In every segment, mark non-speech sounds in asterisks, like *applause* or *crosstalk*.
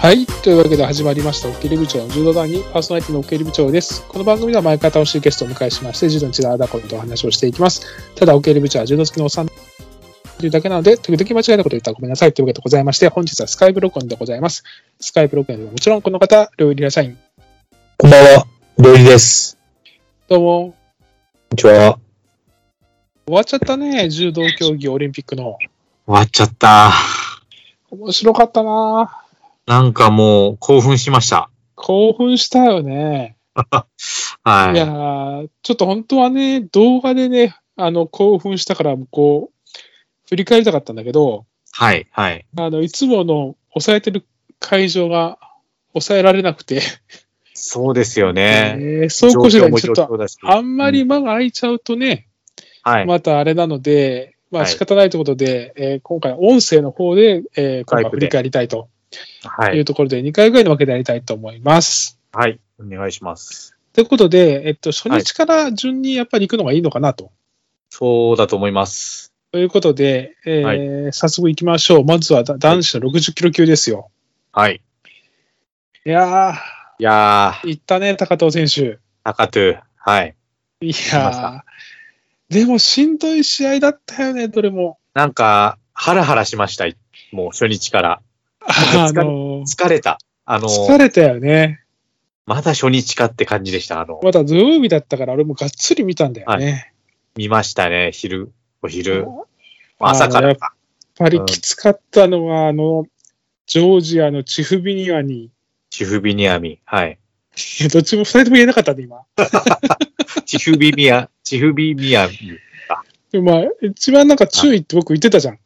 はい。というわけで始まりました、おけり部長の柔道団にパーソナリティのおけり部長です。この番組では毎回楽しいゲストをお迎えしまして、柔道についてあだこれとお話をしていきます。ただ、おけり部長は柔道好きのおっさんというだけなので、時々間違えたことを言ったらごめんなさいというわけでございまして、本日はスカイブロックンでございます。スカイブロックンではもちろんこの方、料理ラ社員。こんばんは、料理です。どうも。こんにちは。終わっちゃったね、柔道競技オリンピックの。終わっちゃった。面白かったななんかもう興奮しました。興奮したよね。はい。いやーちょっと本当はね、動画でね、あの、興奮したから、こう、振り返りたかったんだけど、はい、はい。あの、いつもの抑えてる会場が抑えられなくて、そうですよね。えー走行手段にちょっ状況も状と、況だしあんまり間が空いちゃうとね、はい。またあれなので、まあはい仕方ないということで、えー今回は音声の方で、えー今回は振り返りたいとはいい。うところで、2回ぐらいの分けでやりたいと思います。はい。お願いします。ということで、えっと、初日から順にやっぱり行くのがいいのかなと。そうだと思います。ということで、えー早速行きましょう。まずはだ男子の60キロ級ですよ。はい。いやいやー、ー、行ったね、高藤選手。高トはい。いまやー、でもしんどい試合だったよね、どれも。なんか、ハラハラしました。もう初日から。あ疲れのー疲れた。あの、疲れたよね。まだ初日かって感じでした。あの、また土曜日だったから、俺もがっつり見たんだよね。見ましたね。昼、おや昼。っまあ朝かあのやらっ。ぱりきつかったのは、あの、ジョージアのチフビニアに、チフビニアミ。はい。いやどっちも二人とも言えなかったね、今。チフビミア、チフビミアミ。でもまあ、一番なんか注意って僕言ってたじゃん。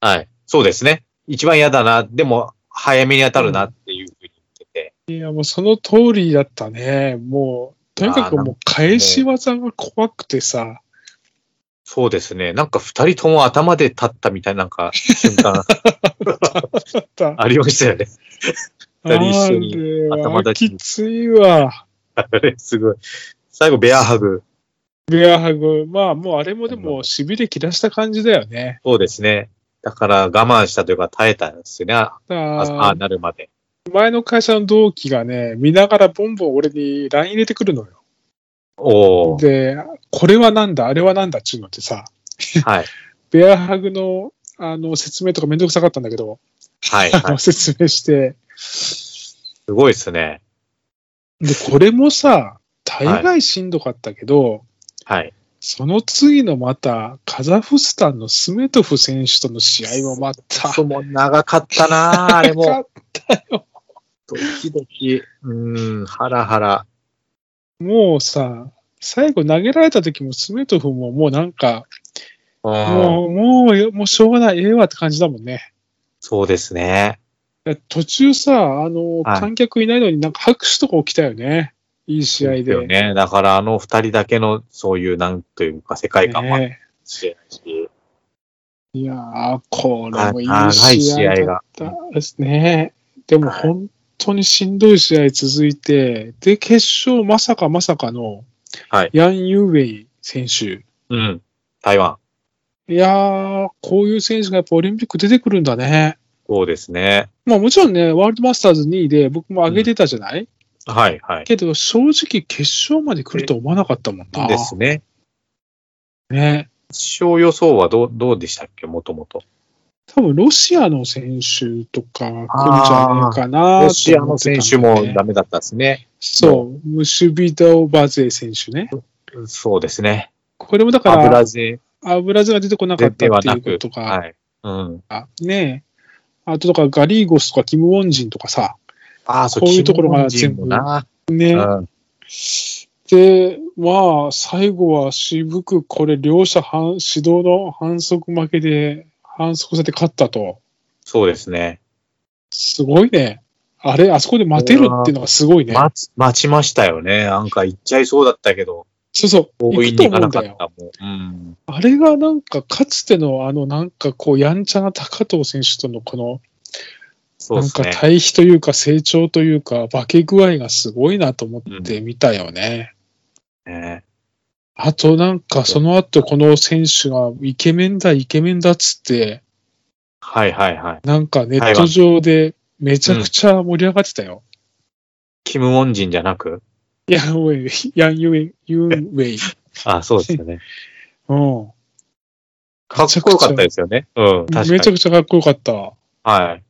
はい。そうですね。一番嫌だな。でも、早めに当たるなっていうふうに言ってて。いや、もうその通りだったね。もう、とにかくあーなもんう返し技が怖くてさ、そうですね。なんか二人とも頭で立ったみたいな、なんか、瞬間だ *laughs* った。あありましたよね。 *laughs* 二人一緒にれ頭は出しきついわ。あれ、すごい。最後、ベアハグ。ベアハグ。まあ、もうあれもでも、痺れ切らした感じだよね。そうですね。だから、我慢したというか、耐えたんですよね。あだあからあなるまで。前の会社の同期がね、見ながらボンボン俺に LINE 入れてくるのよ。おお。で、これはなんだ、あれはなんだっちゅうのってさ、はい。ベアハグのあの説明とかめんどくさかったんだけど、はい。あはの *laughs* い、説明して、すごいですね。で、これもさ、大概しんどかったけど、はい。その次のまた、カザフスタンのスメトフ選手との試合もまた、そうも長かったなあれも。かドキドキ。うーん、ハラハラ。もうさ、最後投げられた時もスメトフももうなんか、うんもう、もう、もうしょうがない、ええわって感じだもんね。そうですね。途中さ、あの、はい観客いないのになんか拍手とか起きたよね。いい試合で。ですよね。だからあの二人だけのそういうなんというか世界観もあるかねもしれないし、いやー、これあもい長いい試試合合だっが。たですね。でもはい本当にしんどい試合続いて、で、決勝まさかまさかの、はいヤン・ユーウェイ選手。うん。台湾。いやー、こういう選手がやっぱオリンピック出てくるんだね。そうですね。まあもちろんね、ワールドマスターズ2位で僕も上げてたじゃない、はいはい。けど正直決勝まで来るとは思わなかったもんな。ですね。ね。決勝予想はどう、どうでしたっけもともと。多分ロシアの選手とか来るんじゃないかなロシアの選手と思ってたんだよもねダメだったですね。そう、ムシュビダオバゼ選手ね。そうですね。これもだか油ら、勢油津が出てこなかったってではいうなこくと。が、はい。うん。ねえあとだからガリーゴスとかキム・ウォンジンとかさ、ああ、そこういうところがキム日本人もな。ね、うん。で、まあ、最後は渋く、これ、両者反指導の反則負けで、反則されて勝ったと。そうですね。すごいね。あれ、あそこで待てるっていうのがすごいね。待つ、待ちましたよね。なんか行っちゃいそうだったけど、そうそう、応行援くとに行思かうんなだかっよ。たもん。うん。あれがなんか、かつての、あの、なんかこう、やんちゃな高藤選手とのこの、そうなでんすかね。対比というか成長というか化け具合がすごいなと思って見たよね。ねあとなんかその後この選手がイケメンだイケメンだっつってはいはいはい。なんかネット上でめちゃくちゃ盛り上がってたよ。キム・モンジンじゃなくヤンウェイ、ヤンユンユンウェイ。あ、そうですよね。うん。かっこよかっためですよね。うん、確かに。ちゃくちゃかっこよかった。はい。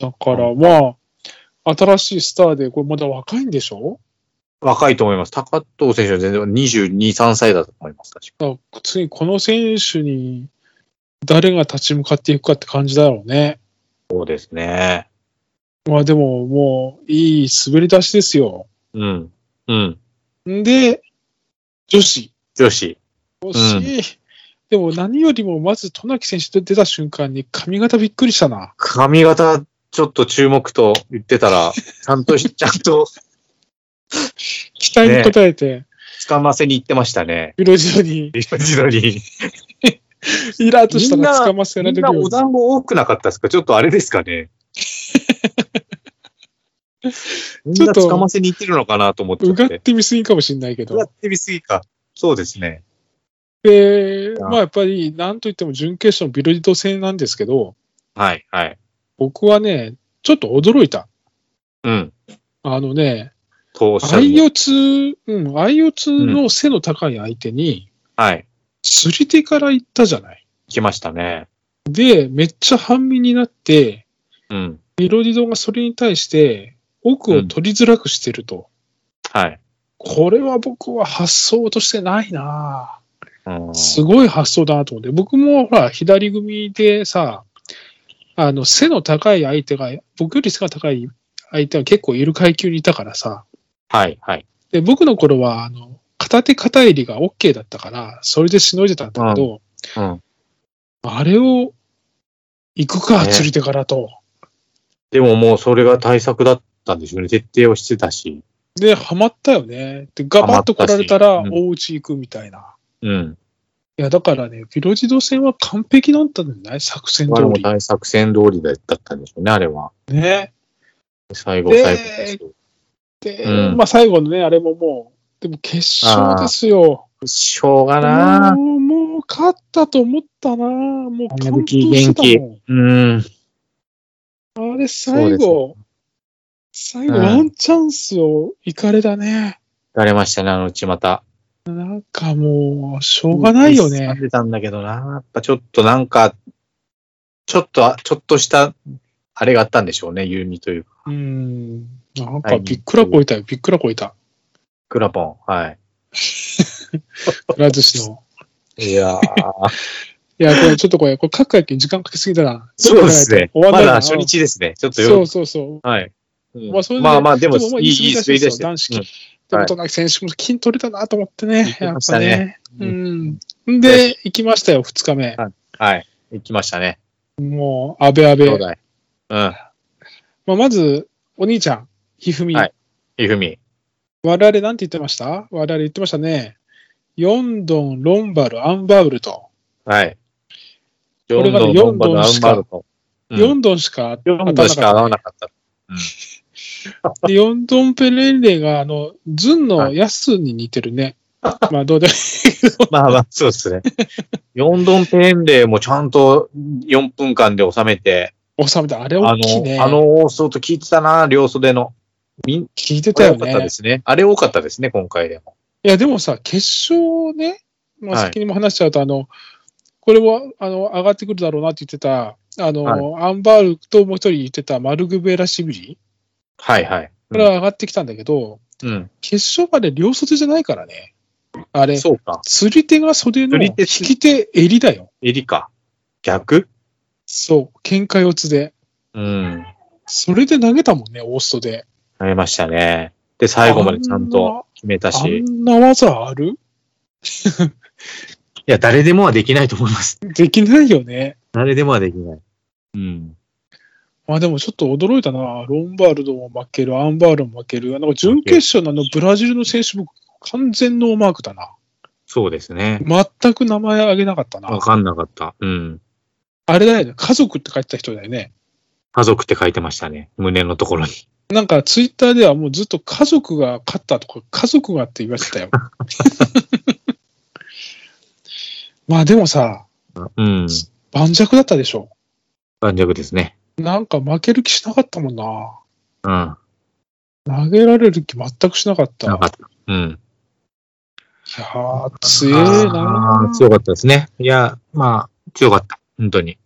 だからまあ、新しいスターで、これまだ若いんでしょ若いと思います。高藤選手は全然22、3歳だと思います。確かだから次、この選手に誰が立ち向かっていくかって感じだろうね。そうですね。まあでも、もう、いい滑り出しですよ。うん。うん。んで、女子。女子。惜しい。でも何よりも、まず、渡名喜選手と出た瞬間に髪型びっくりしたな。髪型、ちょっと注目と言ってた *laughs* ら、ちゃんとし、ちゃんと期待に応えて、捕ませに行ってましたね。色白 *laughs* に、リジドに。イラーとしたら捕ませらみれるんなようおに。団子多くなかったですかちょっとあれですか *laughs* ね。みんな捕ませに行ってるのかなと思っちゃうっ。がっててみすぎかもしれないけうがど。ってみすぎか。そうですね。で、あまあやっぱり、なんといっても準決勝のビロディド戦なんですけど、はい、はい。僕はね、ちょっと驚いた。うん。あのね、とおっしゃる相四つ、うん、相四つの背の高い相手に、はい。釣り手から行ったじゃない。来ましたね。で、めっちゃ半身になって、うん。ビロディドがそれに対して、奥を取りづらくしてると。はい。これは僕は発想としてないなぁうんすごい発想だなと思って、僕もほら、左組でさ、あの、背の高い相手が、僕より背が高い相手が結構いる階級にいたからさ、はい、はい。で、僕の頃は、あの、片手片襟が OK だったから、それでしのいでたんだけど、うん。あれを、行くか、ね釣り手からと。でももうそれが対策だったんでしょうね。徹底をしてたし。で、ハマったよね。で、ガバッと来られたハらマっ、たしうお家行くみたいな。うん。いや、だからね、ビロジド戦は完璧だったんじゃない作戦あ通れもり。大作戦通りだったんでしょうね、あれは。ね。最後、で最後ですけど。で、うんまあ最後のね、あれももう、でも決勝ですよ。しょうがなもう、もう勝ったと思ったなもう花完封吹してたもうん。ん。あれ最後、最後うんワンチャンスをいかれだね。疲れましたね、あのうちまた。なんかもう、しょうがないよ疲ね。れたんだけどな。やっぱちょっとなんか、ちょっと、ちょっとした、あれがあったんでしょうね、ユーミというか。うん。なんはかいびっくらこいたよ、びっくらこいた。クラポン。はい。くら寿司の。いやーいや、これちょっとこれ、これ書くだけに時間かけすぎたな。 *laughs* そうですね。終わまんないなだ初日ですね。ちょっとそようそうそう。はい。うんまあそれでまあまあ、でも、でもまあいい、いい滑り出しですよて。男子うんではも、い渡名喜選手も金取れたなと思ってね。取やれっましぱたねね。うん。で、行きましたよ、二日目。はい。行きましたね。もう、安倍安兄倍。弟。うん。まあ、まず、お兄ちゃん、ひふみ。はいひふみ。我々なんて言ってました我々言ってましたね。ヨンドン、ロンバル、アンバウルと。はい。これがねヨンドンロンバルヨンドンしかアンバルと。うヨんンドンしかヨンドンしか合わな *laughs* かった。でヨンドンペレンレイが、あの、ズンのヤスに似てるね。まあ、どうでもいいまあまあ、そうですね。ヨンドンペンレイもちゃんと4分間で収めて、収めた。あれあ大きいね。の、あの、大外聞いてたな、両袖の。みん、聞いてた多よかったねで。すね。あれ多かったですね、今回でも。いや、でもさ、決勝ね、まあ、はい先にも話しちゃうと、あの、これも、あの、上がってくるだろうなって言ってた、あの、アンバールともう一人言ってたマルグベラシビリ、はいはい。これは上がってきたんだけど、うん。決勝まで両袖じゃないからね。あうれん。、そうか。釣り手が袖の釣り引手き手襟だよ。襟か。逆そう、喧嘩四つで。うん。それで投げたもんね、オーストで。投げましたね。で、最後までちゃんと決めたあんな。あし。んな技あるいや、誰でもはできないと思います。できないよね。 *laughs* 誰でもはできない。うん。まあでもちょっと驚いたな。ロンバルドも負ける、アンバールも負ける。なんか準決勝のあのブラジルの選手も完全ノーマークだな。そうですね。全く名前挙げなかったわな。かんなかった。うん。あれだよね。家族って書いてた人だよね。家族って書いてましたね。胸のところに。なんかツイッターではもうずっと家族が勝ったとか、家族がって言われてたよ。 *laughs* まあでもさ、うん。盤石だったでしょ。盤石ですね。なんか負ける気しなかったもんな。うん。な投げられる気全くしなかった。いかった。うん。やー、強えあなー。強かったですね。いや、まあ、強かった。本当に。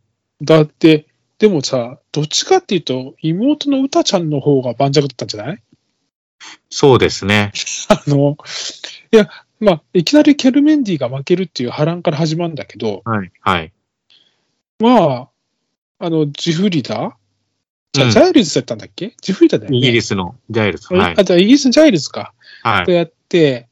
だって、でもさ、どっちかっていうと、妹の歌ちゃんの方が盤石だったんじゃない *laughs* そうですね。あの、いや、まあ、いきなりケルメンディが負けるっていう波乱から始まるんだけど、はい。はい。まあ、あの、ジフリダじゃ、うんジャイルズだったんだっけジフリダだよね。イギリスのジャイルス。えはいあ、。じゃあイギリスのジャイルズか。はいと。やって、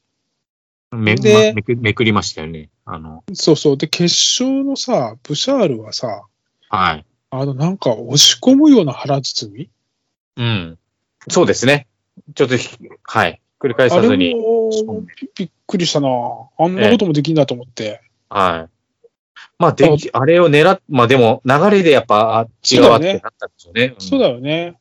めでまめくめくりましたよね。あの、そうそう。で、決勝のさ、ブシャールはさ、はい。あの、なんか押し込むような腹包みうん。そうですね。ちょっとひ、はい。繰り返あさずれに。もびびっくりしたな。あんなこともできんだと思って。はい。まあ、でき、あれを狙っ、まあでも、流れでやっぱ、あっち側ってなったんですよね。そうだ。だよね。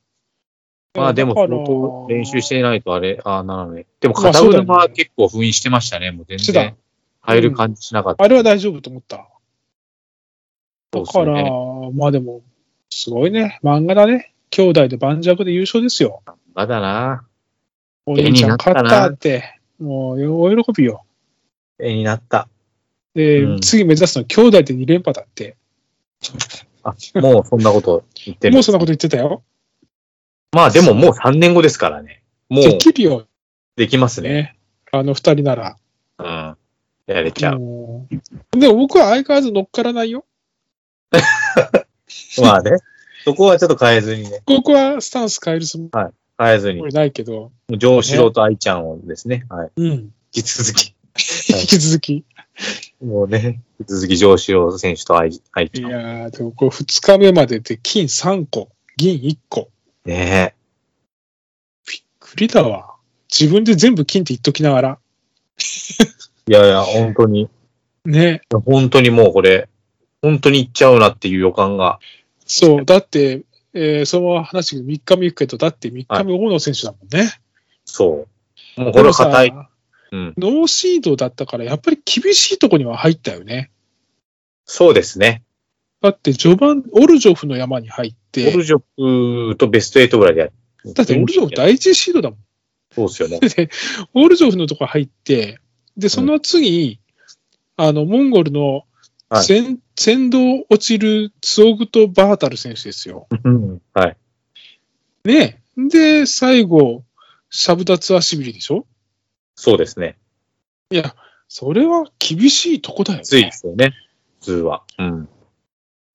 まあでも、だ相から当練習してないとあれ、ああなので。でも、まあ片そうだよ腕ねは結構封印してましたね。もう全してた然、入る感じしなかったあれは大丈夫と思った。そだうですかよら、ね。まあでも、すごいね。漫画だね。兄弟で盤石で優勝ですよ。まだな。お兄ちゃん勝っ絵になったたなって。もう、お喜びよ。絵になった。で、うん次目指すの兄弟で2連覇だって。あ、もうそんなこと言ってる。もうそんなこと言ってたよ。まあでももう3年後ですからね。もうできるよできますね。ね。あの二人なら。うん。やれちゃう。うんでも僕は相変わらず乗っからないよ。まあね。そこはちょっと変えずにね。ここはスタンス変えるつも変えずに。りないけど、上四郎と愛ちゃんをですね。はい。うん引き続き。 *laughs* 引き続き。もうね。引き続き上四郎選手と愛愛いちゃん。やー、でもこれ2日目までで金3個、銀1個。ねえ。栗だわ。自分で全部金って言っときながら。いやいや、本当に。ね。本当にもうこれ、本当にいっちゃうなっていう予感が。そう。だって、えーそのまま話3日目行くけど、だって3日目大野選手だもんね。そう。もうこれは硬でい。もさうん。ノーシードだったから、やっぱり厳しいとこには入ったよね。そうですね。だって序盤、オルジョフの山に入っオてル、ジョフとベスト8ぐらいでやる。だってオルジョフ第一シードだもん。そうですよね。オルジョフのとこ入って、で、その次、あの、モンゴルのはい先、先導落ちるツオグとバータル選手ですよ。うん。はい。ね。で、最後、シャブダツアシビリでしょそうですね。それは厳しいとこだよね。ついですよね。普通は。うん。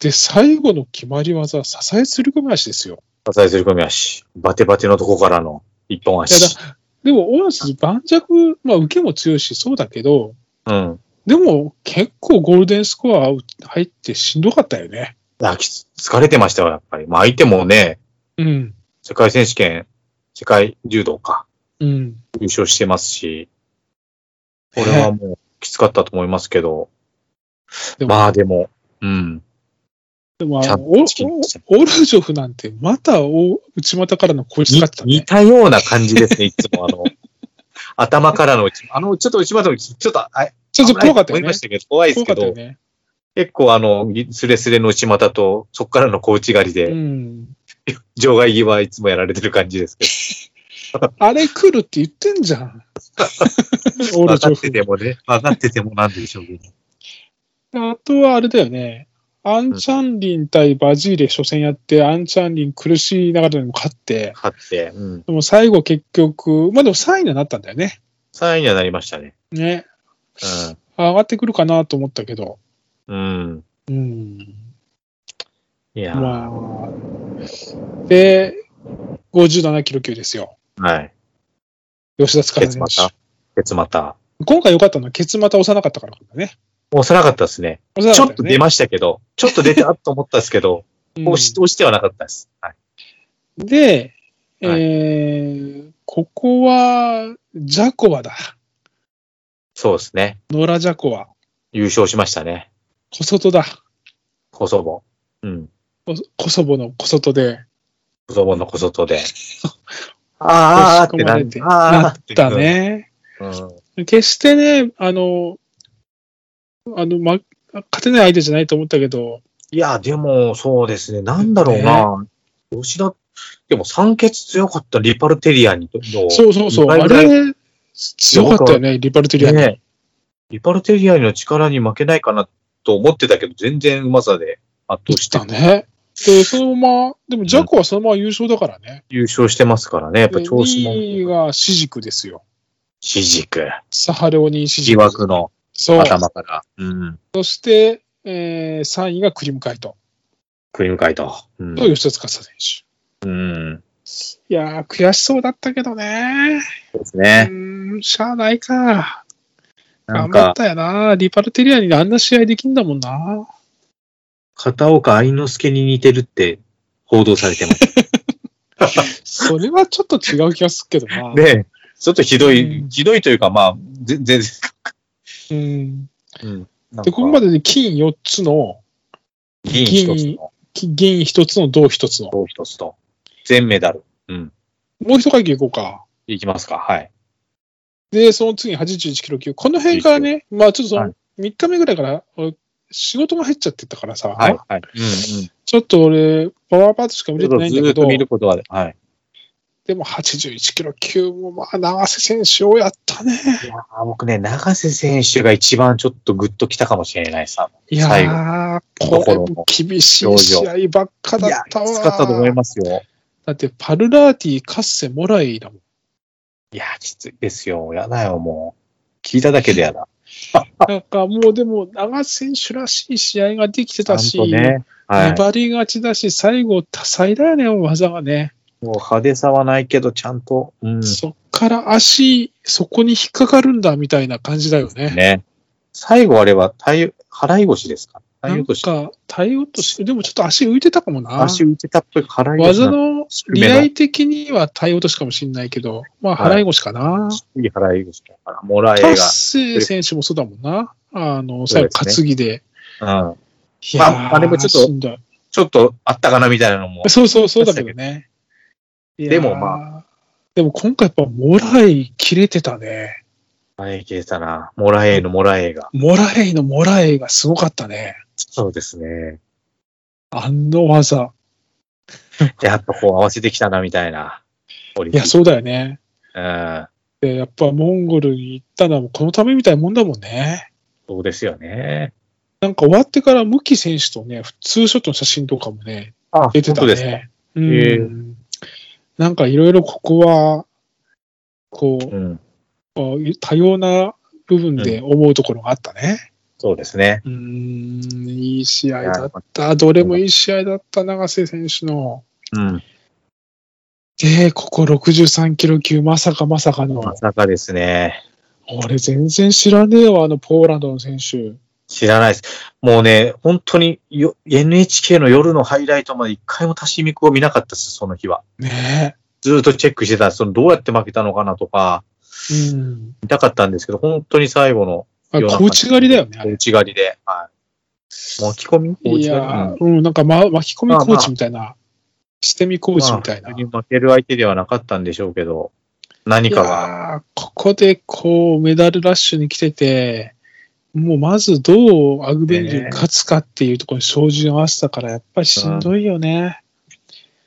で、最後の決まり技、支えすり込み足ですよ。支えすり込み足。バテバテのとこからの一本いや足。だでも、オーナス盤石、まあ、受けも強いし、そうだけど、うん。でも、結構ゴールデンスコア入ってしんどかったよね。あきつ疲れてましたよ、やっぱり。まあ相手もね、うん。世界選手権、世界柔道か、うん。優勝してますし、これはもうきつかったと思いますけど、でも、まあでも、うん。でもあちゃのんとオチキンしたオオルジョフなんて、またお内股からの小に石だった似ね。たような感じです *laughs* ね、いつも。あの、頭からの内、あの、ちょっと内股の、ちょっと、あちょっと怖かったよ危ねないと思いま。したけど、怖いです怖けかったどよ、ね。結構あの、スレスレの内股と、そっからの小内刈りでう、ん。場外際はいつもやられてる感じですけあれ来るって言ってんじゃ *laughs* ん。オど、ル分ジかョっててフ。もね、分かっててもなんでしょうけど。あとはあれだよね。アンチャンリン対バジーレ初戦やって、アンチャンリン苦しいながらでも勝って、勝って、うん。でも最後結局、まあでも3位にはなったんだよね。 3位にはなりましたね。ね。上がってくるかなと思ったけど。うん。ううん。ん。いやー、まあ。で、57キロ級ですよ。はい。吉田塚ケツ選また手。。ケツまた。今回良かったのは、ケツまた押さなかったからだね。押さなかったですね。押ちさょなかったとよ出ましたけど、ちょっと出たと思ったんですけ *laughs* ど、うん押し押してはなかったです。はい。で、えはいー、ここは、ジャコワだ。そうですね。ノラ・ジャコワ。優勝しましたね。小外だ。コソボ。うん。こコソボの小外で、コソボの小外で。 *laughs* あーあーってな押し込まれんてあーあーなった。ね。うん。決してね、あの、あの、ま、勝てない相手じゃないと思ったけど、いや、でも、そうですね。なんだろうな。吉田、でも酸欠強かったリパルテリアにと、そうそうそう。あ二回ぐれ、強かったよね、リパルテリアに。ねリパルテリアの力に負けないかなと思ってたけど、全然うまさで圧どう倒ししてたね。で、そのまま、でもジャコはそのまま優勝だからね。優勝してますからね、やっぱ調子も。 2位がシジクですよ。シジク、サハレオニンシジ疑ク。惑のそう。頭から、うん、そして、えー、3位がクリムカイトクリームカイト。うんと吉田司選手。うん、いやー、悔しそうだったけどね。そうですうね。ーん、しゃあないか。な頑ん張っか、たよな。リパルテリアにあんな試合できんだもんな。片岡愛之助に似てるって報道され *laughs* てます。それはちょっと違う気がするけどな。 *laughs* ねちょっとひどい、うんひどいというか、まあ、ぜ全然。うん。うん。で、ここまででで金4つの、銀一つの、き銀1つの、銅1つの。銅一つと、全メダル。もう一階級行こうか。いきますか、はい。で、その次に81キロ級。この辺からね、まあちょっとそはの3日目ぐらいから、俺仕事が入っちゃってたからさ、はい、はい。うん、うん。ちょっと俺、パワーパートしか見れてないんずだーけっとど、見ることは、はい。でも81キロ級も、まあ、永瀬選手をやったね。あ僕ね、永瀬選手が一番ちょっとグッときたかもしれないさ。い最やー、ところこのれ、厳しい試合ばっかいだっや、きつたわ。かったと思いますよ。だって、パルラーティ、カッセ、モライだもん。いや、きついですよ。やだよ、もう。聞いただけでやだ。なんかもう、でも、永瀬選手らしい試合ができてちゃんたし、とね。はい。粘り勝ちだし、最後、多彩だよね、技がね。もう派手さはないけど、ちゃんと。うん。そっから足、そこに引っかかるんだみたいな感じだよね。ね。最後あれは、体払い腰ですかな払いん腰。か、対応として、でもちょっと足浮いてたかもな。足打ちたっぽい払い腰技な。の低め利の合的には体落としかもしれないけど、まあ、はい払い腰かな。いい払い腰だから、もらえ達成選手もそうだもんな。あの、最後、そうで担ぎで。が。うん。いやまああれもちょっとしんどいちょっとあったかなみたいなのも。そうそう、そうだけどね。でもあ。でも今回やっぱ、モライ切れてたね。あれ、消えたな。もらえのもらえが。モライのモライがすごかったね。そうですね。あの技。やっぱこう合わせてきたな、みたいな。いや、そうだよね。うん。で、やっぱモンゴルに行ったのはもうこのためみたいなもんだもんね。そうですよね。なんか終わってからムキ選手とね、ツーショットの写真とかもね、あ、出てた本当ですか。ね。うんへえなんかいろいろここは、こううん。こう、多様な部分で思うところがあったね。そうですね。うん、いい試合だった。どれもいい試合だった、永瀬選手の。うん。で、ここ63キロ級、まさかまさかのま。さかですね。俺全然知らねえわ、あのポーランドの選手。知らないです。もうね、本当によ NHK の夜のハイライトまで一回も足しみくを見なかったです、その日は。ねずーっとチェックしてた。そのどうやって負けたのかなとか、え。うん。見たかったんですけど、本当に最後のあ、ような小感内じ刈りだよね、あおれ。内刈りで。はい。巻き込みおい内刈りやー、うん、なんか、ま、巻き込みコーチみたいな、捨て身コーチみたいまな。あい普通に負ける相手ではなかったんでしょうけど、何かが、やーここでこう、メダルラッシュに来てて、もうまずどうアグベンジュに勝つかっていうところに照準合わせたから、やっぱりしんどいよね。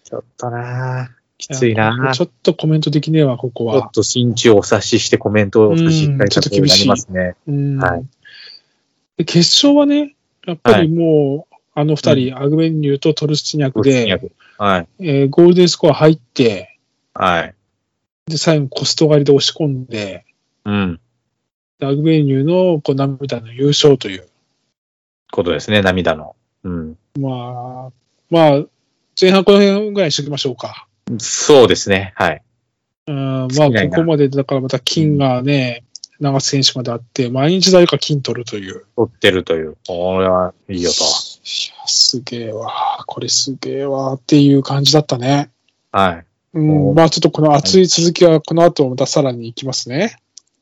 ちょっとなあきついなあちちょっとコメントできねえわ、ここょはっ。と心中をお察ししてコメントを差し控えたとになりますね。うんはいで決勝はね、やっぱりもう、あの二人、アグベンジュとトルスチニャクで、はい。えーゴールデンスコア入って、はい。で、最後コスト狩りで押し込んで、うん。ラグベーニューのこう涙の優勝という。ことですね、涙の。うん。まあ、まあ、前半この辺ぐらいにしておきましょうか。そうですね。はい。うん、まあ、きないこなこまでだからまた金がね、長瀬選手まであって、毎日誰か金取るという。取ってるという。これはいいいよや、すげえわ。これすげえわ。っていう感じだったね。と。はい。うん、まあちょっとこの熱い続きはこの後またさらに行きますね。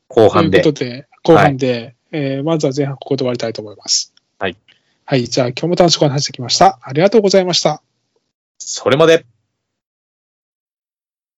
後半でという。ことで、後半で、えーまずは前半ここで終わりたいと思います。はい。はい、じゃあ今日も楽しくお話してきました。ありがとうございました。それまで。